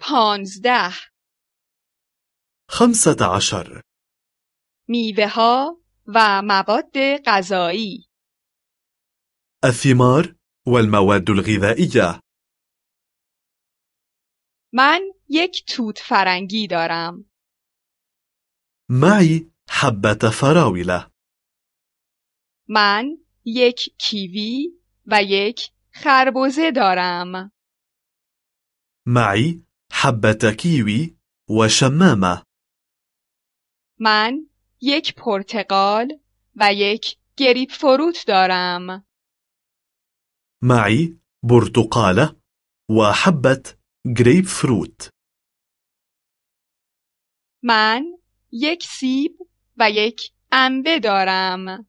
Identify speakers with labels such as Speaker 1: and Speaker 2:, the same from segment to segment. Speaker 1: پانزده
Speaker 2: خمسة عشر
Speaker 1: میوه ها و مواد غذایی
Speaker 2: الثمار والمواد الغذائية
Speaker 1: من یک توت فرنگی دارم
Speaker 2: معي حبة فراولة
Speaker 1: من یک کیوی و یک خربزه دارم
Speaker 2: معي حبة كيوي وشمامة
Speaker 1: من یک پرتقال و یک گریپ فروت دارم
Speaker 2: معي برتقالة وحبة جريب فروت
Speaker 1: من یک سیب و یک انبه دارم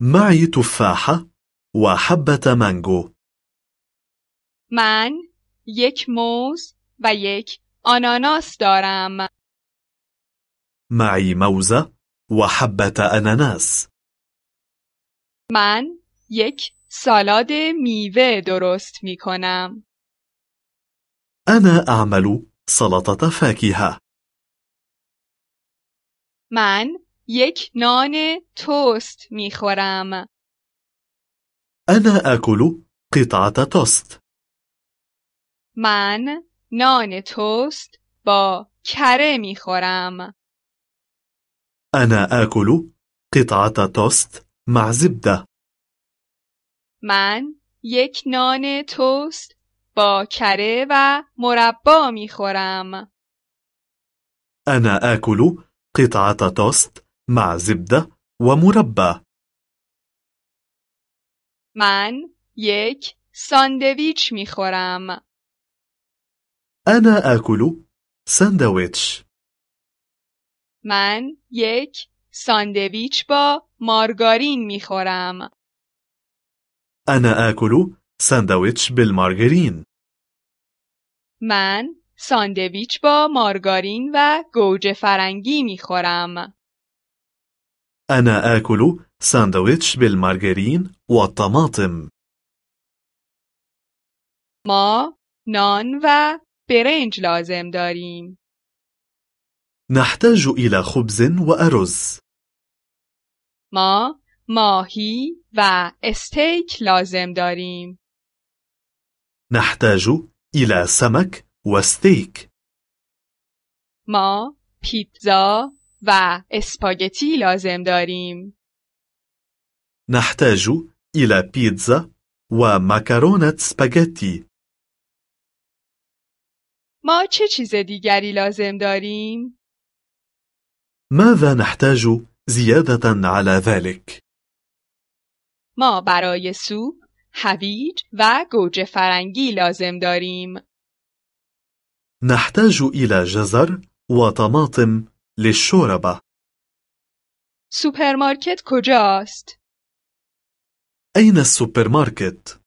Speaker 2: معي تفاحة وحبة مانجو
Speaker 1: من یک موز و یک آناناس دارم
Speaker 2: معي موزة وحبة أناناس
Speaker 1: من یک سالاد میوه درست می کنم
Speaker 2: أنا أعمل سلطة فاكهة
Speaker 1: من یک نان توست می خورم
Speaker 2: أنا آكل قطعة توست
Speaker 1: من نان توست با کره می خورم
Speaker 2: أنا آكل قطعة توست مع زبدة
Speaker 1: من یک نان توست با کره و مربا می خورم
Speaker 2: أنا آكل قطعة توست مع زبدة ومربى
Speaker 1: من یک ساندویچ می خورم
Speaker 2: أنا آكل ساندويتش
Speaker 1: من یک ساندویچ با مارگارین می خورم
Speaker 2: أنا آكل ساندويتش بالمارغرين
Speaker 1: من ساندویچ با مارگارین و گوجه فرنگی می خورم
Speaker 2: أنا آكل ساندويتش بالمارغرين والطماطم
Speaker 1: ما نان و برنج لازم داریم
Speaker 2: نحتاج إلى خبز وأرز
Speaker 1: ما ماهی و استیک لازم داریم
Speaker 2: نحتاج إلى سمك وستيك
Speaker 1: ما پیتزا و اسپاگتی لازم داریم
Speaker 2: نحتاج إلى بيتزا ومكرونة سباجيتي
Speaker 1: ما چه چیز دیگری لازم داریم؟
Speaker 2: ماذا نحتاج زيادة على ذلك؟
Speaker 1: ما برای سوپ، هویج و گوجه فرنگی لازم داریم.
Speaker 2: نحتاج إلى جزر وطماطم للشوربة
Speaker 1: سوپرمارکت کجاست؟
Speaker 2: أين السوبر ماركت؟